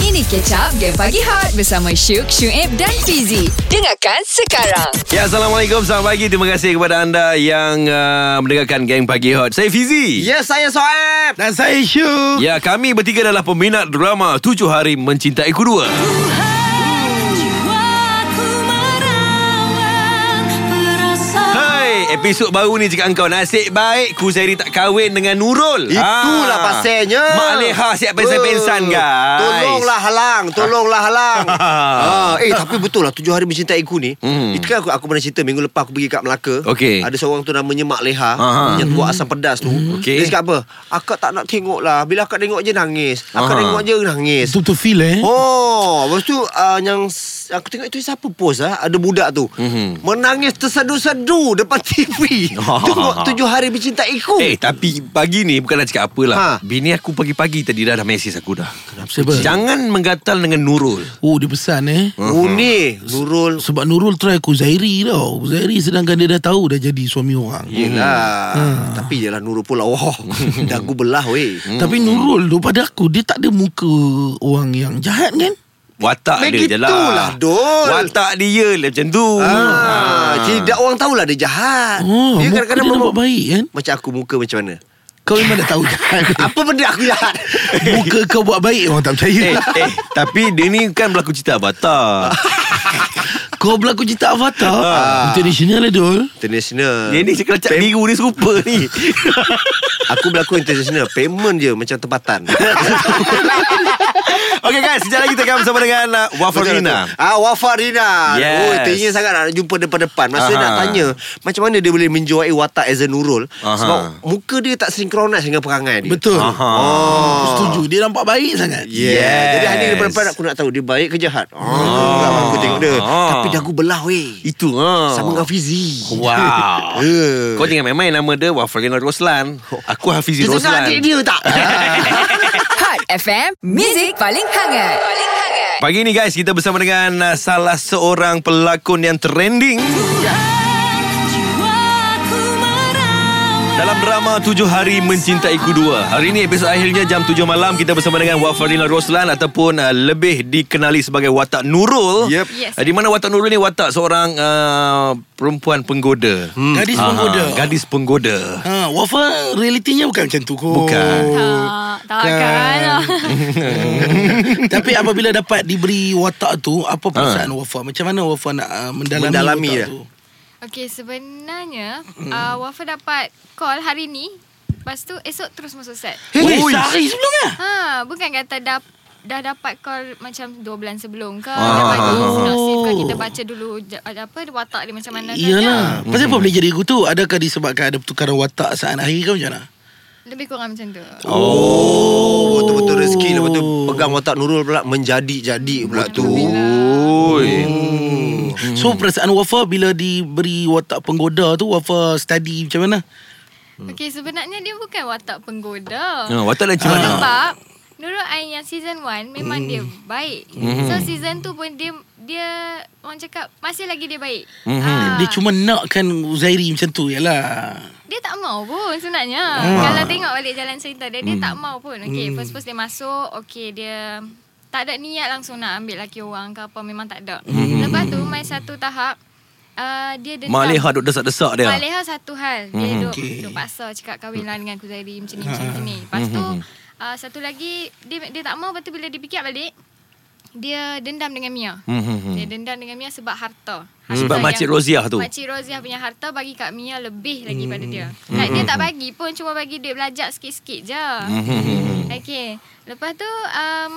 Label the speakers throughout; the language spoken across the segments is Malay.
Speaker 1: Ini Catch Up Game Pagi Hot bersama Syuk, Syuib dan Fizi. Dengarkan sekarang.
Speaker 2: Ya, Assalamualaikum. Selamat pagi. Terima kasih kepada anda yang uh, mendengarkan Gang Pagi Hot. Saya Fizi.
Speaker 3: Ya, saya Soeb. Dan saya Syu.
Speaker 2: Ya, kami bertiga adalah peminat drama Tujuh Hari Mencintai Kedua. Hai, episod baru ni cakap kau Nasib baik ku seri tak kahwin dengan Nurul
Speaker 3: Itulah pasalnya.
Speaker 2: Mak Leha Ah. siap pensan-pensan guys
Speaker 3: Tolonglah halang, tolonglah halang. ha, eh tapi betul lah tujuh hari mencintai ku ni.
Speaker 2: Hmm.
Speaker 3: Itu kan aku aku pernah cerita minggu lepas aku pergi kat Melaka.
Speaker 2: Okey.
Speaker 3: Ada seorang tu namanya Mak Leha
Speaker 2: Aha. Hmm.
Speaker 3: yang
Speaker 4: Hmm.
Speaker 3: buat asam pedas tu.
Speaker 2: Okey.
Speaker 3: Dia cakap apa? Akak tak nak tengok lah. Bila akak tengok je nangis.
Speaker 2: Aha.
Speaker 3: Akak tengok je nangis.
Speaker 4: Tu tu feel eh
Speaker 3: Oh, lepas tu uh, yang s- aku tengok itu siapa post ah? Ada budak tu.
Speaker 2: Mhm.
Speaker 3: Menangis tersedu-sedu depan TV. Tengok tujuh hari mencintai ku.
Speaker 2: Eh tapi pagi ni Bukanlah cakap apalah
Speaker 3: Ha.
Speaker 2: Bini aku pagi-pagi tadi dah ada mesej aku dah
Speaker 4: Sebab
Speaker 2: Jangan menggatal dengan Nurul
Speaker 4: Oh dia pesan eh
Speaker 2: Uh-huh.
Speaker 3: Uni, Nurul.
Speaker 4: Sebab Nurul try aku Zairi tau Zairi sedangkan dia dah tahu Dah jadi suami orang
Speaker 3: Yelah Ah.
Speaker 4: Hmm.
Speaker 3: Tapi yelah Nurul pula Wah Dagu belah weh
Speaker 4: Tapi Nurul tu pada aku Dia tak ada muka Orang yang jahat kan
Speaker 2: Watak dia je lah
Speaker 3: Begitulah, Dul.
Speaker 2: Watak dia lah macam tu
Speaker 3: ah, Tidak orang tahulah dia jahat
Speaker 4: oh,
Speaker 3: Dia
Speaker 4: muka
Speaker 3: kadang-kadang
Speaker 4: dia nampak
Speaker 3: mem-
Speaker 4: baik kan
Speaker 3: Macam aku muka macam mana
Speaker 4: Kau memang dah tahu jahat kan?
Speaker 3: Apa benda aku jahat
Speaker 4: Muka kau buat baik Orang tak
Speaker 2: Eh,
Speaker 4: percaya
Speaker 2: eh, tapi dia ni kan berlaku cerita Avatar
Speaker 4: Kau berlaku cerita Avatar Ah. International eh, Adol
Speaker 3: International
Speaker 2: Dia ni kelacak biru ni serupa ni
Speaker 3: Aku berlakon international Payment je macam tempatan
Speaker 2: Okay guys, sekejap lagi kita akan bersama dengan uh, Wafel
Speaker 3: Betul,
Speaker 2: Rina
Speaker 3: betul. Ah, Wafat Rina.
Speaker 2: Yes.
Speaker 3: Oh, teringin sangat nak jumpa depan-depan. Masa
Speaker 2: Aha.
Speaker 3: nak tanya, macam mana dia boleh menjuai watak Azan Nurul?
Speaker 2: Aha.
Speaker 3: Sebab muka dia tak sinkronis dengan perangai dia.
Speaker 4: Betul
Speaker 2: Aha.
Speaker 4: Aku Setuju Dia nampak baik sangat
Speaker 2: Yes.
Speaker 3: Yeah. Ya, Jadi hari ni depan-depan aku nak tahu dia baik ke jahat. Oh, aku tengok dia.
Speaker 2: Ah.
Speaker 3: Tapi dagu belah weh.
Speaker 2: Itu ha.
Speaker 3: Sama dengan Fizi.
Speaker 2: Wow
Speaker 3: Eh.
Speaker 2: Kau jangan main-main nama dia Wafel Rina Roslan Aku Hafizi
Speaker 3: Dia tengok
Speaker 2: Roslan
Speaker 3: adik dia tak?
Speaker 1: Hot FM, Music paling hangat. Paling hangat.
Speaker 2: Pagi ni guys, kita bersama dengan uh, Salah seorang pelakon yang trending Dalam drama Tujuh Hari Mencintai Kedua Hari ini episod akhirnya jam 7 malam Kita bersama dengan Wafarina Roslan Ataupun uh, lebih dikenali sebagai watak Nurul
Speaker 3: Yep.
Speaker 1: Yes.
Speaker 2: uh, Di mana watak Nurul ni watak seorang uh, perempuan penggoda hmm.
Speaker 4: Gadis penggoda
Speaker 2: Gadis penggoda
Speaker 4: Ha, Wafa realitinya bukan macam tu kot.
Speaker 2: Bukan.
Speaker 5: Tak, takkan
Speaker 1: Kan?
Speaker 4: Tapi apabila dapat diberi watak tu, apa perasaan ha. Wafa? Macam mana Wafa nak uh, mendalami,
Speaker 3: Mendalami ya? dia.
Speaker 4: watak tu?
Speaker 5: Okay, sebenarnya uh, Wafa dapat call hari ni Lepas tu esok terus masuk set
Speaker 4: Weh, sehari sebelum lah.
Speaker 5: Ha, bukan kata dah dah dapat call macam 2 bulan sebelum
Speaker 2: Ah.
Speaker 5: ke ah. Dapat news synopsis ke kita baca dulu ja- ada apa watak dia macam mana kan?
Speaker 4: Iyalah. Pasal apa boleh jadi aku tu? Adakah disebabkan ada pertukaran watak saat hari ke macam mana?
Speaker 5: Lebih kurang macam tu
Speaker 3: Oh, betul-betul rezeki. Lepas tu pegang watak Nurul pula menjadi-jadi pula tu.
Speaker 2: Oi.
Speaker 4: Hmm. So perasaan Wafa bila diberi watak penggoda tu, Wafa study macam mana?
Speaker 5: Okay, sebenarnya dia bukan watak penggoda
Speaker 2: Ha, watak lain macam mana?
Speaker 5: Sebab Nurul Ain yang season 1 memang dia baik. So season 2 pun dia dia orang cakap masih lagi dia baik. Ah.
Speaker 4: Hmm. Dia cuma nakkan Zairi macam tu, yalah.
Speaker 5: dia tak mau pun sebenarnya.
Speaker 2: Hmm.
Speaker 5: Kalau tengok balik jalan cerita dia dia tak mau pun. Okey, first-first dia masuk, okey dia tak ada niat langsung nak ambil laki orang ke apa memang tak ada.
Speaker 2: Hmm.
Speaker 5: Lepas tu main satu tahap uh, dia dendam.
Speaker 2: Mak Leha duk desak-desak dia
Speaker 5: Mak Leha satu hal
Speaker 2: Mhm.
Speaker 5: Dia hmm. duk,
Speaker 4: Okey.
Speaker 5: okay. duk paksa Cakap kahwinlah dengan Kuzairi Macam ni macam, macam ni Lepas tu
Speaker 2: Hmm.
Speaker 5: uh, Satu lagi dia, dia tak mau Lepas tu bila dia fikir balik Dia dendam dengan Mia
Speaker 2: Mhm.
Speaker 5: Dia dendam dengan Mia sebab harta, harta
Speaker 2: Hmm. Sebab
Speaker 5: yang-
Speaker 2: Makcik Roziah tu.
Speaker 5: Makcik Roziah punya harta Bagi kat Mia lebih lagi pada
Speaker 2: Hmm.
Speaker 5: dia Like dia tak bagi pun Cuma bagi duit belajar sikit-sikit je
Speaker 2: Hmm.
Speaker 5: Okay Lepas tu um,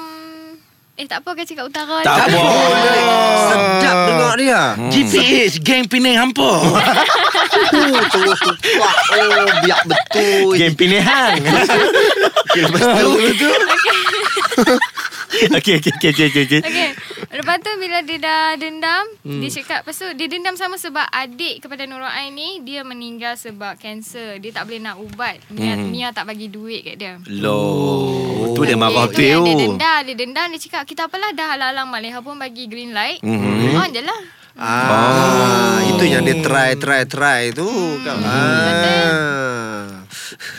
Speaker 5: Eh tak apa ke cakap utara
Speaker 2: Tak apa.
Speaker 5: ni.
Speaker 3: Sedap dengar dia.
Speaker 4: GPH, geng Penang hampa.
Speaker 3: Oh, terus tu. Wah, oh, biak betul.
Speaker 2: Game pilihan
Speaker 3: Okay, lepas tu.
Speaker 2: Okay, okay, okay, okay, okay.
Speaker 5: Okay Lepas tu bila dia dah dendam hmm. Dia cakap Lepas tu dia dendam sama sebab Adik kepada Nurul Ain ni Dia meninggal sebab kanser Dia tak boleh nak ubat Mia, hmm. Mia tak bagi duit kat dia
Speaker 2: Loh Tu dia
Speaker 5: Okey,
Speaker 2: marah
Speaker 5: tu
Speaker 2: Teo
Speaker 5: yang Dia dendam Dia dendam Dia cakap kita apalah Dah halang-halang Maleha pun bagi green light hmm. On je lah
Speaker 3: kan? Ah, itu yang dia try try try tu. Hmm. Ah.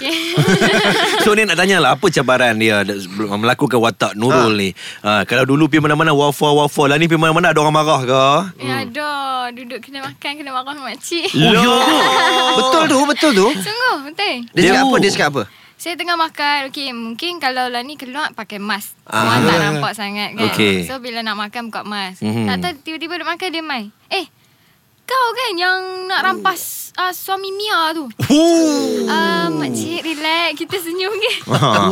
Speaker 2: So ni nak tanya lah Apa cabaran dia ada- sebelum Melakukan watak Nurul ha. ni ha, Kalau dulu pergi mana-mana Wafa-wafa Lah ni pergi mana-mana Ada orang marah ke
Speaker 5: Ya ada Duduk kena makan Kena marah makcik
Speaker 4: Oh, ya ke?
Speaker 3: Betul tu, betul tu.
Speaker 5: Sungguh betul
Speaker 3: Dia
Speaker 2: Dia-
Speaker 3: cakap apa? Dia cakap apa?
Speaker 5: Saya tengah makan Okay mungkin kalau lah ni keluar Pakai mask Orang tak nampak sangat kan
Speaker 2: Okey.
Speaker 5: So bila nak makan buka mask
Speaker 2: Mhm.
Speaker 5: mm-hmm. Tak tahu tiba-tiba dia makan dia main Eh kau kan yang nak rampas uh, suami Mia tu uh, Makcik relax Kita senyum ke
Speaker 2: ha.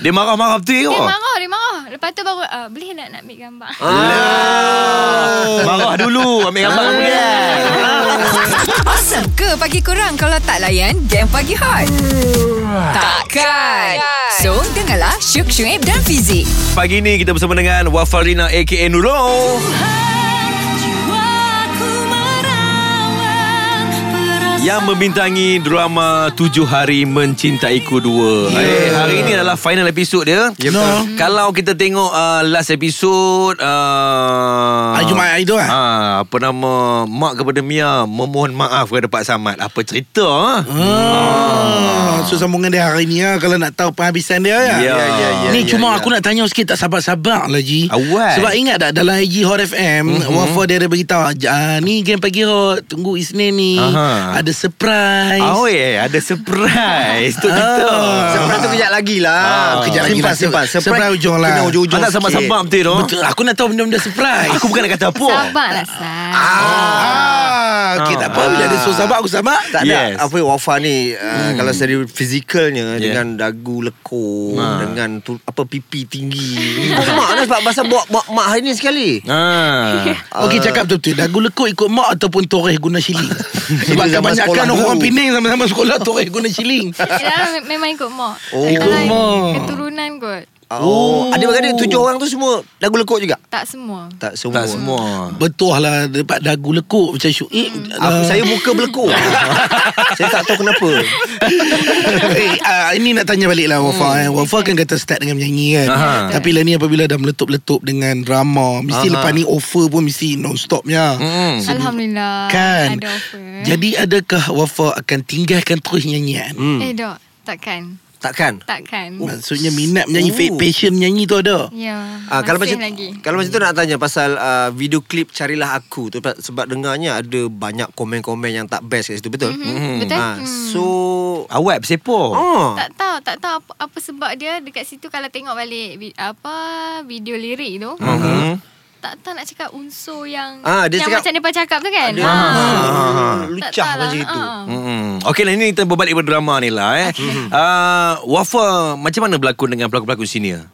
Speaker 2: Dia marah-marah betul ke
Speaker 5: Dia marah Dia marah Lepas tu baru uh, Boleh tak nak ambil gambar
Speaker 2: Lah. Marah dulu Ambil gambar kemudian
Speaker 1: Awesome ke pagi korang kalau tak layan game pagi hot? Takkan. So, dengarlah Syuk Syuib dan Fizik.
Speaker 2: Pagi ni kita bersama dengan Wafarina A.K.A. Nurul yang membintangi drama Tujuh Hari Mencintaiku Dua. Yeah. Eh, hari ini adalah final episod dia.
Speaker 4: Ya. betul. No.
Speaker 2: Kalau kita tengok uh, last episod uh,
Speaker 4: Hari Jumaat hari tu, eh?
Speaker 2: Ah, apa nama mak kepada Mia memohon maaf kepada Pak Samad. Apa cerita? ah?
Speaker 4: Ah, so sambungan dia hari ni lah Kalau nak tahu penghabisan dia ya.
Speaker 2: Ya, ya, ya,
Speaker 4: Ni
Speaker 3: ya,
Speaker 4: cuma
Speaker 3: ya.
Speaker 4: aku nak tanya sikit Tak sabar-sabar lah Ji
Speaker 2: Awal.
Speaker 4: Sebab ingat tak Dalam IG Hot FM mm-hmm. Wafa dia ada beritahu ah, Ni game pagi Hot Tunggu Isnin ni
Speaker 2: Aha.
Speaker 4: Ada surprise
Speaker 2: Oh, eh, ada surprise untuk kita.
Speaker 4: Ah.
Speaker 3: Surprise tu kejap lagi lah. Kejap lagi lah.
Speaker 4: Simpan, simpan. Surprise hujung lah.
Speaker 3: Kena hujung-hujung
Speaker 2: Anak
Speaker 3: sikit.
Speaker 2: sabar-sabar betul tu.
Speaker 4: Betul Aku nak tahu benda-benda surprise
Speaker 2: ya, Aku bukan nak kata apa.
Speaker 5: Sabarlah Sah
Speaker 4: Ah, okay, tak apa Bila ada suruh sabar Aku sabar
Speaker 3: Tak ada
Speaker 2: Yes.
Speaker 3: yes. Apa Wafa ni uh, Kalau dari
Speaker 2: Yeah.
Speaker 3: fizikalnya yeah. Dengan dagu lekuk
Speaker 2: Ha. Dengan
Speaker 3: Dengan tu, apa pipi tinggi Mak ni sebab pasal buat mak, mak hari ni sekali
Speaker 2: Ah.
Speaker 4: Okey cakap betul-betul Dagu lekuk ikut mak Ataupun toreh guna siling Sebab
Speaker 3: Itu zaman
Speaker 4: kebanyakan
Speaker 3: sekolah dulu.
Speaker 4: orang Penang Sama-sama sekolah toreh guna siling
Speaker 5: Dia memang ikut mak
Speaker 3: Oh.
Speaker 5: Kalau
Speaker 4: Ikut mak.
Speaker 5: Keturunan kot
Speaker 3: Oh,
Speaker 4: Oh.
Speaker 3: Ada berkata tujuh orang tu semua Dagu lekuk juga
Speaker 5: Tak semua
Speaker 3: Tak semua
Speaker 2: Tak semua.
Speaker 4: Betul lah Dapat dagu lekuk Macam Eh, syuib
Speaker 3: Aku, saya muka berlekuk Saya tak tahu kenapa
Speaker 4: eh, uh, ini nak tanya balik lah Wafa hmm. eh. Wafa kan kata start dengan menyanyi kan
Speaker 2: Aha.
Speaker 4: Tapi lah ni apabila dah meletup-letup dengan drama Mesti
Speaker 3: Aha.
Speaker 4: lepas ni offer pun mesti non-stopnya
Speaker 2: Hmm.
Speaker 5: Alhamdulillah
Speaker 4: Kan
Speaker 5: Ah, Ada offer
Speaker 4: Jadi adakah Wafa akan tinggalkan terus nyanyian?
Speaker 5: hmm. Eh dok Takkan
Speaker 3: Takkan
Speaker 5: Takkan
Speaker 4: Maksudnya minat menyanyi
Speaker 3: Oh.
Speaker 4: fa- Passion menyanyi tu ada?
Speaker 5: Ya
Speaker 3: Ah, kalau
Speaker 5: masih
Speaker 3: macam
Speaker 5: lagi
Speaker 3: kalau macam tu nak tanya pasal uh, video klip carilah aku tu sebab- sebab dengarnya ada banyak komen-komen yang tak best kat situ betul.
Speaker 5: hmm. Betul
Speaker 3: Ah,
Speaker 5: hmm.
Speaker 3: so
Speaker 2: Awak bersepo.
Speaker 3: oh.
Speaker 5: tak tahu tak tahu apa, apa sebab dia dekat situ kalau tengok balik vi- apa video lirik tu
Speaker 2: Hmm.
Speaker 5: tak tahu nak cakap unsur yang
Speaker 3: Ah, dia
Speaker 5: yang
Speaker 3: cakap-
Speaker 5: macam depa cakap tu kan
Speaker 3: Ada Ya. ah.
Speaker 5: lah.
Speaker 3: lucah macam itu.
Speaker 5: ah.
Speaker 2: Hmm. Okey lah ini kita berbalik pada drama ni lah eh. Okay. Uh, Wafa macam mana berlakon dengan pelakon-pelakon senior?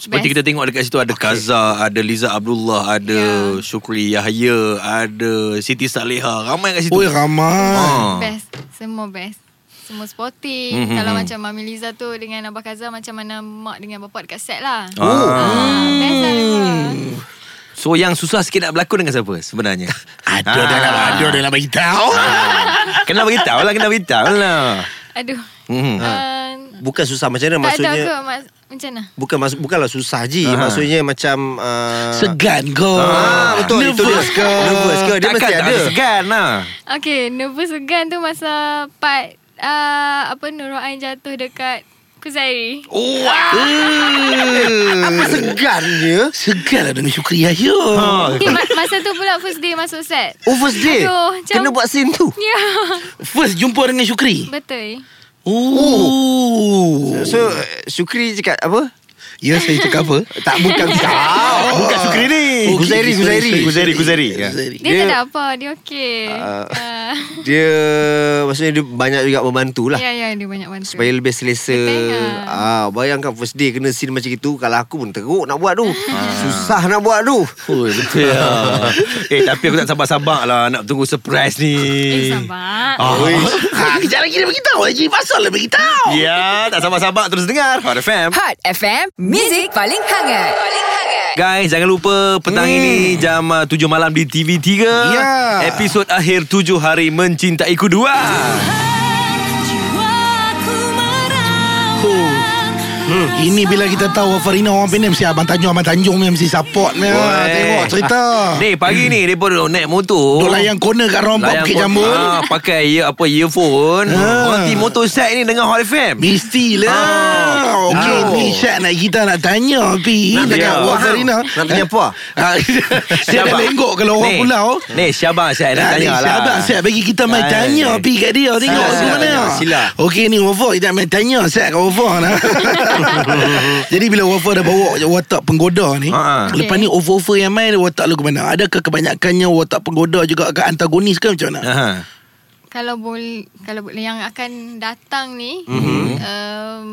Speaker 2: Seperti
Speaker 5: Best.
Speaker 2: kita tengok dekat situ ada okay. Kaza, ada Liza Abdullah, ada yeah. Syukri Yahya, ada Siti Saleha. Ramai kat situ.
Speaker 4: Oi
Speaker 3: Oh.
Speaker 4: ramai
Speaker 2: Ah.
Speaker 5: best semua best semua sporting
Speaker 3: Mm-hmm,
Speaker 2: Mhm.
Speaker 5: kalau macam Mami Liza tu dengan Abah Kazal macam mana mak dengan bapak dekat set lah
Speaker 2: Ah.
Speaker 3: Oh.
Speaker 5: Ah, best lah dua.
Speaker 3: Hmm.
Speaker 2: So yang susah sikit nak berlakon dengan siapa sebenarnya? Ah.
Speaker 4: Ada dalam
Speaker 3: Ah.
Speaker 4: Ada lah. dalam bagi tahu
Speaker 2: kena beritahu lah, kena beritahu lah.
Speaker 5: aduh
Speaker 2: Hmm.
Speaker 5: Ah,
Speaker 3: Bukan susah macam mana
Speaker 5: tak tahu
Speaker 3: maksudnya
Speaker 5: ke mak- macam mana
Speaker 3: bukan mas, bukanlah susah je maksudnya macam uh,
Speaker 4: Segan kau
Speaker 3: Ah, betul itu
Speaker 4: Nervous
Speaker 3: dia.
Speaker 4: kau
Speaker 3: Nervous ke? Dia
Speaker 2: Takkan
Speaker 3: mesti
Speaker 2: tak
Speaker 3: ada.
Speaker 2: segan lah.
Speaker 5: Okay, nervous segan tu masa part uh, apa Nurul Ain jatuh dekat Kuzairi. Oh.
Speaker 3: Apa segannya?
Speaker 4: Segan lah dengan Syukri Yahya
Speaker 3: Ah.
Speaker 5: Okay, ma- masa tu pula first day masuk set.
Speaker 3: Oh first day
Speaker 5: Aduh, macam-
Speaker 3: Kena buat scene tu
Speaker 5: Ya, yeah.
Speaker 4: First jumpa dengan Syukri
Speaker 5: betul.
Speaker 4: Oh.
Speaker 3: So Syukri cakap apa?
Speaker 4: Ya saya cakap apa?
Speaker 3: Tak bukan kau Bukan Syukri ni
Speaker 4: Okey,
Speaker 3: Guzairi
Speaker 4: Oh,
Speaker 3: Guzairi
Speaker 4: sorry, sorry,
Speaker 2: Guzairi, Guzairi.
Speaker 4: sorry, Guzairi.
Speaker 2: Ya.
Speaker 5: Dia,
Speaker 3: Dia-
Speaker 5: tak ada apa, dia okay.
Speaker 3: Ah.
Speaker 5: Uh,
Speaker 3: Dia Maksudnya dia banyak juga membantu lah
Speaker 5: ya, ya, dia banyak bantu.
Speaker 3: Supaya lebih selesa
Speaker 5: Betul.
Speaker 3: ah, Bayangkan first day Kena scene macam itu Kalau aku pun teruk nak buat tu Susah nak buat tu
Speaker 2: Oi, betul ya. eh, tapi aku tak sabar-sabar lah nak tunggu surprise ni.
Speaker 5: Eh, sabar.
Speaker 2: Ah.
Speaker 4: ha, kejap lagi dia beritahu
Speaker 2: eh.
Speaker 4: Haji Pasal lah beritahu
Speaker 2: Ya, tak sabar-sabar terus dengar Hot FM.
Speaker 1: Hot FM, music paling hangat. Paling hangat.
Speaker 2: Guys, jangan lupa petang hmm. ini jam uh, 7 malam di TV3.
Speaker 4: Ya.
Speaker 2: Episod akhir 7 hari mencintaiku 2.
Speaker 4: Oh. hmm. Ini bila kita tahu Farina orang Penang Mesti Abang Tanjung Abang Tanjung ni Mesti support ni Ah,
Speaker 2: Weh.
Speaker 4: Tengok cerita
Speaker 2: Ni pagi ni Mereka duduk naik motor
Speaker 4: Duk layan corner kat round pop
Speaker 2: Layan
Speaker 4: Bukit
Speaker 2: motor.
Speaker 4: Jambul
Speaker 2: Ah, Pakai ear, apa earphone
Speaker 4: Ah.
Speaker 2: Orang tim motorset ni Dengar Hot FM
Speaker 4: Mestilah
Speaker 2: Ah.
Speaker 4: oh. Okey
Speaker 2: Ah.
Speaker 4: ni Syak nak kita nak tanya Pi
Speaker 2: Nak
Speaker 4: Dekat
Speaker 2: tanya.
Speaker 4: Wak Farina
Speaker 3: Nak tanya apa?
Speaker 4: Ah, Dia dah
Speaker 2: Syabas.
Speaker 4: lenggok Kalau orang
Speaker 2: Ni,
Speaker 4: pulau Ah,
Speaker 2: Ni Syabang Syah nak tanya lah
Speaker 4: Sabar Syed bagi kita main
Speaker 2: Ah,
Speaker 4: tanya
Speaker 2: eh.
Speaker 4: Pi kat dia Tengok
Speaker 2: Sila,
Speaker 4: sila,
Speaker 2: sila,
Speaker 4: mana
Speaker 3: tanya, sila.
Speaker 4: Okey ni Wafa Kita main tanya Syed kat Wafa nah. Jadi bila Wafa dah bawa Watak penggoda ni
Speaker 2: Ha, ha.
Speaker 4: Lepas ni over-over yang main Watak lu ke mana Adakah kebanyakannya Watak penggoda juga Ke antagonis ke macam mana
Speaker 2: Aha.
Speaker 5: Kalau boleh kalau boleh yang akan datang ni
Speaker 3: Mhm.
Speaker 5: mm-hmm. um,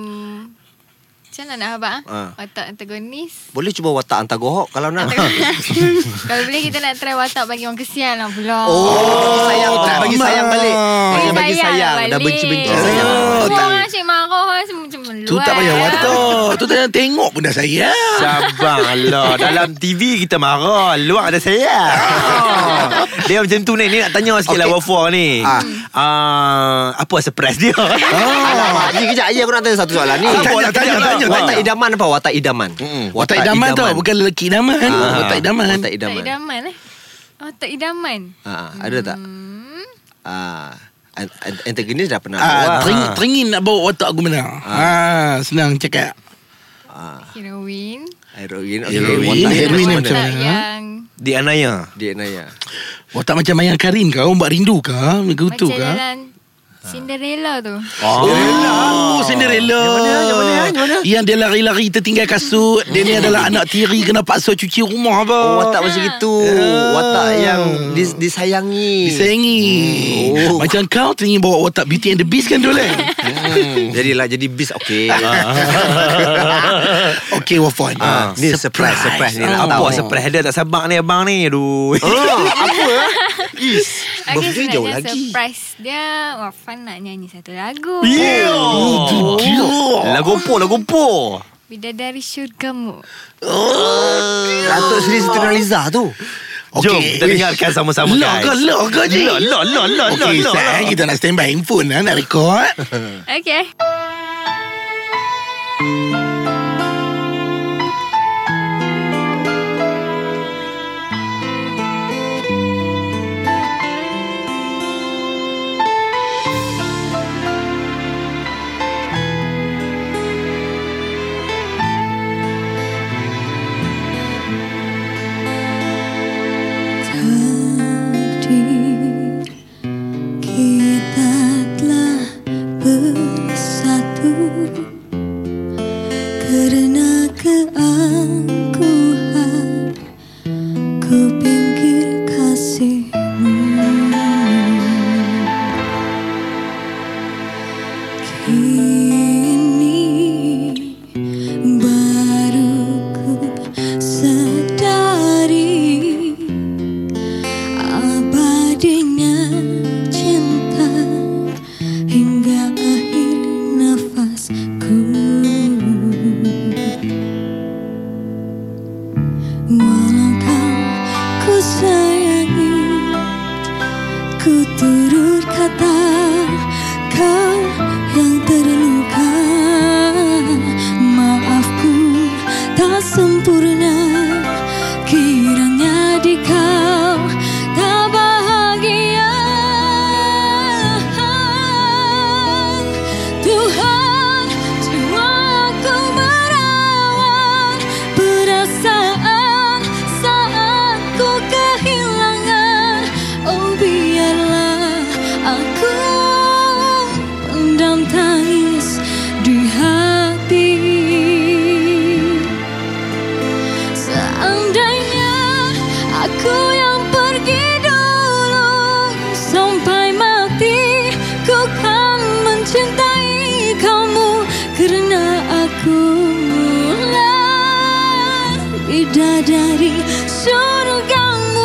Speaker 5: macam mana nak abang ha?
Speaker 3: Ah.
Speaker 5: Watak antagonis
Speaker 3: Boleh cuba watak hantar gohok kalau nak.
Speaker 5: Kalau boleh kita nak try watak bagi orang kesian lah pula
Speaker 3: Oh, sayang tak bagi sayang balik.
Speaker 5: Oh,
Speaker 3: Bagi bagi sayang, dah benci-benci sayang.
Speaker 4: Oh,
Speaker 5: Semua
Speaker 4: tak-
Speaker 5: orang asyik marah Orang asyik macam eh. Oh, meluat
Speaker 4: Tu tak payah watak Tu tak payah tengok pun dah sayang
Speaker 2: Syabang Allah Dalam TV kita marah Luar ada saya Dia macam tu ni Ni nak tanya sikit okay. lah Wafa ni
Speaker 3: Ah.
Speaker 2: Ah, Apa surprise dia
Speaker 3: Alamak, Ah, ni kejap aja aku nak tanya satu soalan ni.
Speaker 4: Ah, tanya, tanya, tanya,
Speaker 3: Watak
Speaker 4: tanya.
Speaker 3: idaman apa? Watak idaman.
Speaker 4: Watak idaman tau Bukan lelaki idaman
Speaker 3: Ah,
Speaker 4: Watak idaman
Speaker 3: Watak
Speaker 5: Watak
Speaker 3: idaman.
Speaker 5: idaman eh Watak idaman
Speaker 3: Ah, ada tak?
Speaker 5: hmm.
Speaker 3: Ah, an- an- antagonis dah pernah.
Speaker 4: Ah,
Speaker 3: bawa.
Speaker 4: teringin, teringin nak bawa watak aku mana ah. Senang cakap
Speaker 3: Ah,
Speaker 5: Heroin
Speaker 3: heroin. Okay,
Speaker 4: Heroin,
Speaker 3: watak
Speaker 4: heroin
Speaker 3: idaman
Speaker 4: macam
Speaker 3: mana?
Speaker 5: Watak
Speaker 4: mana?
Speaker 5: yang
Speaker 2: Di Anaya
Speaker 3: Dia Naya.
Speaker 4: Watak macam Mayang Karin kau Mbak rindu kau Begitu kau
Speaker 5: Macam dalam Cinderella tu
Speaker 4: Oh, Cinderella. Yang mana? Yang mana? Yang mana? Yang dia lari-lari tertinggal kasut. Dia ni adalah anak tiri kena paksa cuci rumah apa.
Speaker 3: Oh, watak macam itu. Watak yang dis- disayangi.
Speaker 4: Disayangi.
Speaker 3: Oh.
Speaker 4: Oh. Macam kau teringin bawa watak Beauty and the Beast kan tu lah.
Speaker 3: Hmm. Jadilah jadi bis okey.
Speaker 4: Okey, Wafon.
Speaker 3: Ah, ni surprise, surprise ni nak
Speaker 4: Ah.
Speaker 2: Apa
Speaker 3: tahu.
Speaker 2: surprise dia tak sabar ni abang ni Aduh
Speaker 3: Oh, apa? eh? Is. Birthday
Speaker 5: sebenarnya
Speaker 3: jauh lagi.
Speaker 5: surprise dia Wafan nak nyanyi satu lagu
Speaker 2: Oh, Lagu po, lagu po.
Speaker 5: Bidadari syurgamu
Speaker 3: Datuk Seri Siti Nurhaliza tu.
Speaker 4: Okey.
Speaker 2: Jom kita dengarkan sama-sama
Speaker 4: Lah
Speaker 2: guys.
Speaker 4: eh. ke, lah ke, Ji?
Speaker 2: Lah, lah, lah, lah,
Speaker 4: Okey,
Speaker 2: lah, lah.
Speaker 4: sekarang kita nak standby handphone lah, nak record.
Speaker 5: Okay
Speaker 6: Tadi kita telah bersatu Kerana keangkuhan Ku pinggir kasihmu Kini baru ku sedari Abadinya cinta hingga akhir nafasku Walau kau ku sayangi Ku turut kata kau yang terluka Maafku tak sempurna Kiranya di kau tak bahagia Tuhan cuma ku merawat perasaan saat ku kehilangan Oh biarlah aku pendam tangis di hati Seandainya aku yang pergi dulu Sampai mati ku kan mencintai kamu Kerana aku mulai bidadari surgamu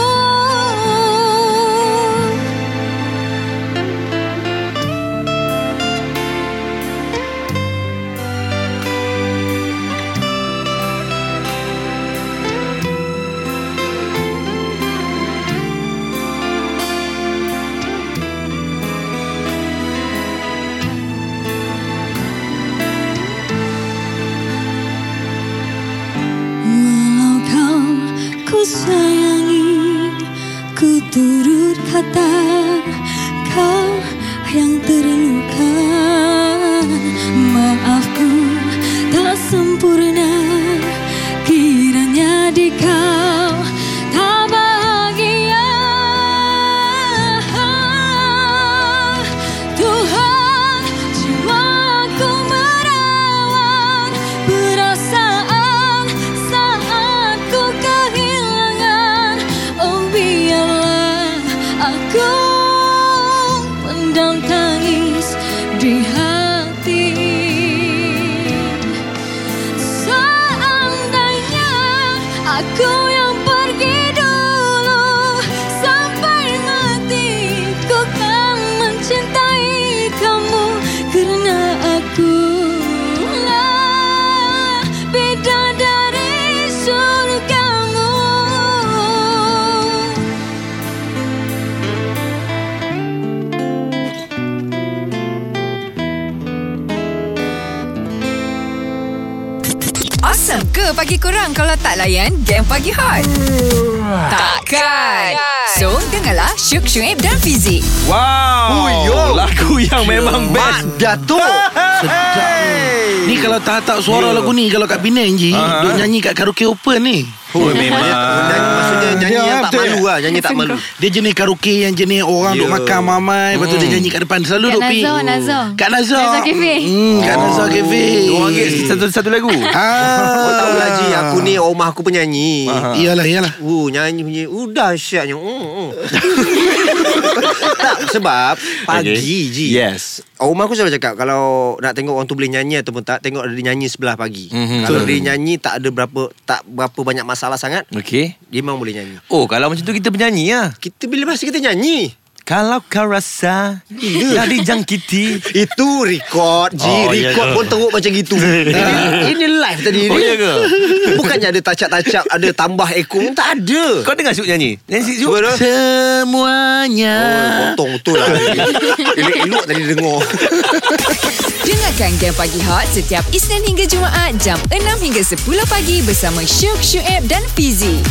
Speaker 6: ku sayangi Ku turut kata kau yang terluka Maafku tak sempurna Kiranya di kau tak bahagia Tuhan jiwaku merawat perasaan saat ku kehilangan Oh biarlah aku pendam tangis di hati Seandainya aku yang pergi dulu Sampai mati ku kan mencintai kamu Karena aku lah Beda dari surgamu
Speaker 1: Awesome ke pagi kurang kalau tak layan game pagi hot? Takkan. So, dengarlah Syuk Syuib dan Fizik.
Speaker 2: Wow
Speaker 3: yo.
Speaker 2: Lagu yang memang best
Speaker 3: Mak Datuk
Speaker 4: Ni kalau tahap suara lagu ni Kalau kat Penang je
Speaker 2: Ah.
Speaker 4: Duk nyanyi kat karaoke open ni
Speaker 2: Oh memang
Speaker 3: Nyanyi- Maksudnya nyanyi yang tak malu lah Nyanyi tak malu
Speaker 4: Dia jenis karaoke yang jenis orang yeah. duk
Speaker 3: Ya.
Speaker 4: makan mamai Lepas tu dia nyanyi kat depan Selalu
Speaker 5: Kat
Speaker 4: duk pergi
Speaker 5: Nazar, Nazar.
Speaker 4: Kat Nazar
Speaker 5: Nazar Cafe.
Speaker 4: hmm, Kat
Speaker 3: Oh.
Speaker 4: Nazar Cafe
Speaker 2: RM2 satu, satu lagu
Speaker 4: ah.
Speaker 3: Kau tahu lah Ji Aku ni rumah aku penyanyi
Speaker 4: Iyalah iyalah
Speaker 3: Uh, nyanyi punya Uh dahsyatnya uh, uh. Tak sebab Pagi okay. Ji
Speaker 2: Yes
Speaker 3: Orang rumah aku selalu cakap Kalau nak tengok orang tu boleh nyanyi Ataupun tak Tengok dia nyanyi sebelah pagi
Speaker 2: Mhm.
Speaker 3: mm-hmm. Kalau dia nyanyi Tak ada berapa Tak berapa banyak masalah sangat
Speaker 2: Okay
Speaker 3: Dia memang boleh nyanyi
Speaker 2: Oh kalau macam tu kita penyanyi lah
Speaker 3: Kita bila masa kita nyanyi
Speaker 2: Kalau kau rasa Dah dijangkiti
Speaker 3: Itu record Ji
Speaker 2: Oh,
Speaker 3: oh,
Speaker 2: ya
Speaker 3: Record
Speaker 2: ke?
Speaker 3: pun teruk macam gitu ini, ini live tadi
Speaker 2: Oh,
Speaker 3: ni.
Speaker 2: ya ke?
Speaker 3: Bukannya ada tacap-tacap Ada tambah ekor Tak ada
Speaker 2: Kau dengar Syuk nyanyi Nyanyi Syuk, Syuk
Speaker 3: Cuba dah
Speaker 4: Semuanya
Speaker 3: Potong betul lah Elok-elok tadi dengar
Speaker 1: Dengarkan Game Pagi Hot setiap Isnin hingga Jumaat jam 6 hingga 10 pagi bersama Syuk Syuib dan Fizik.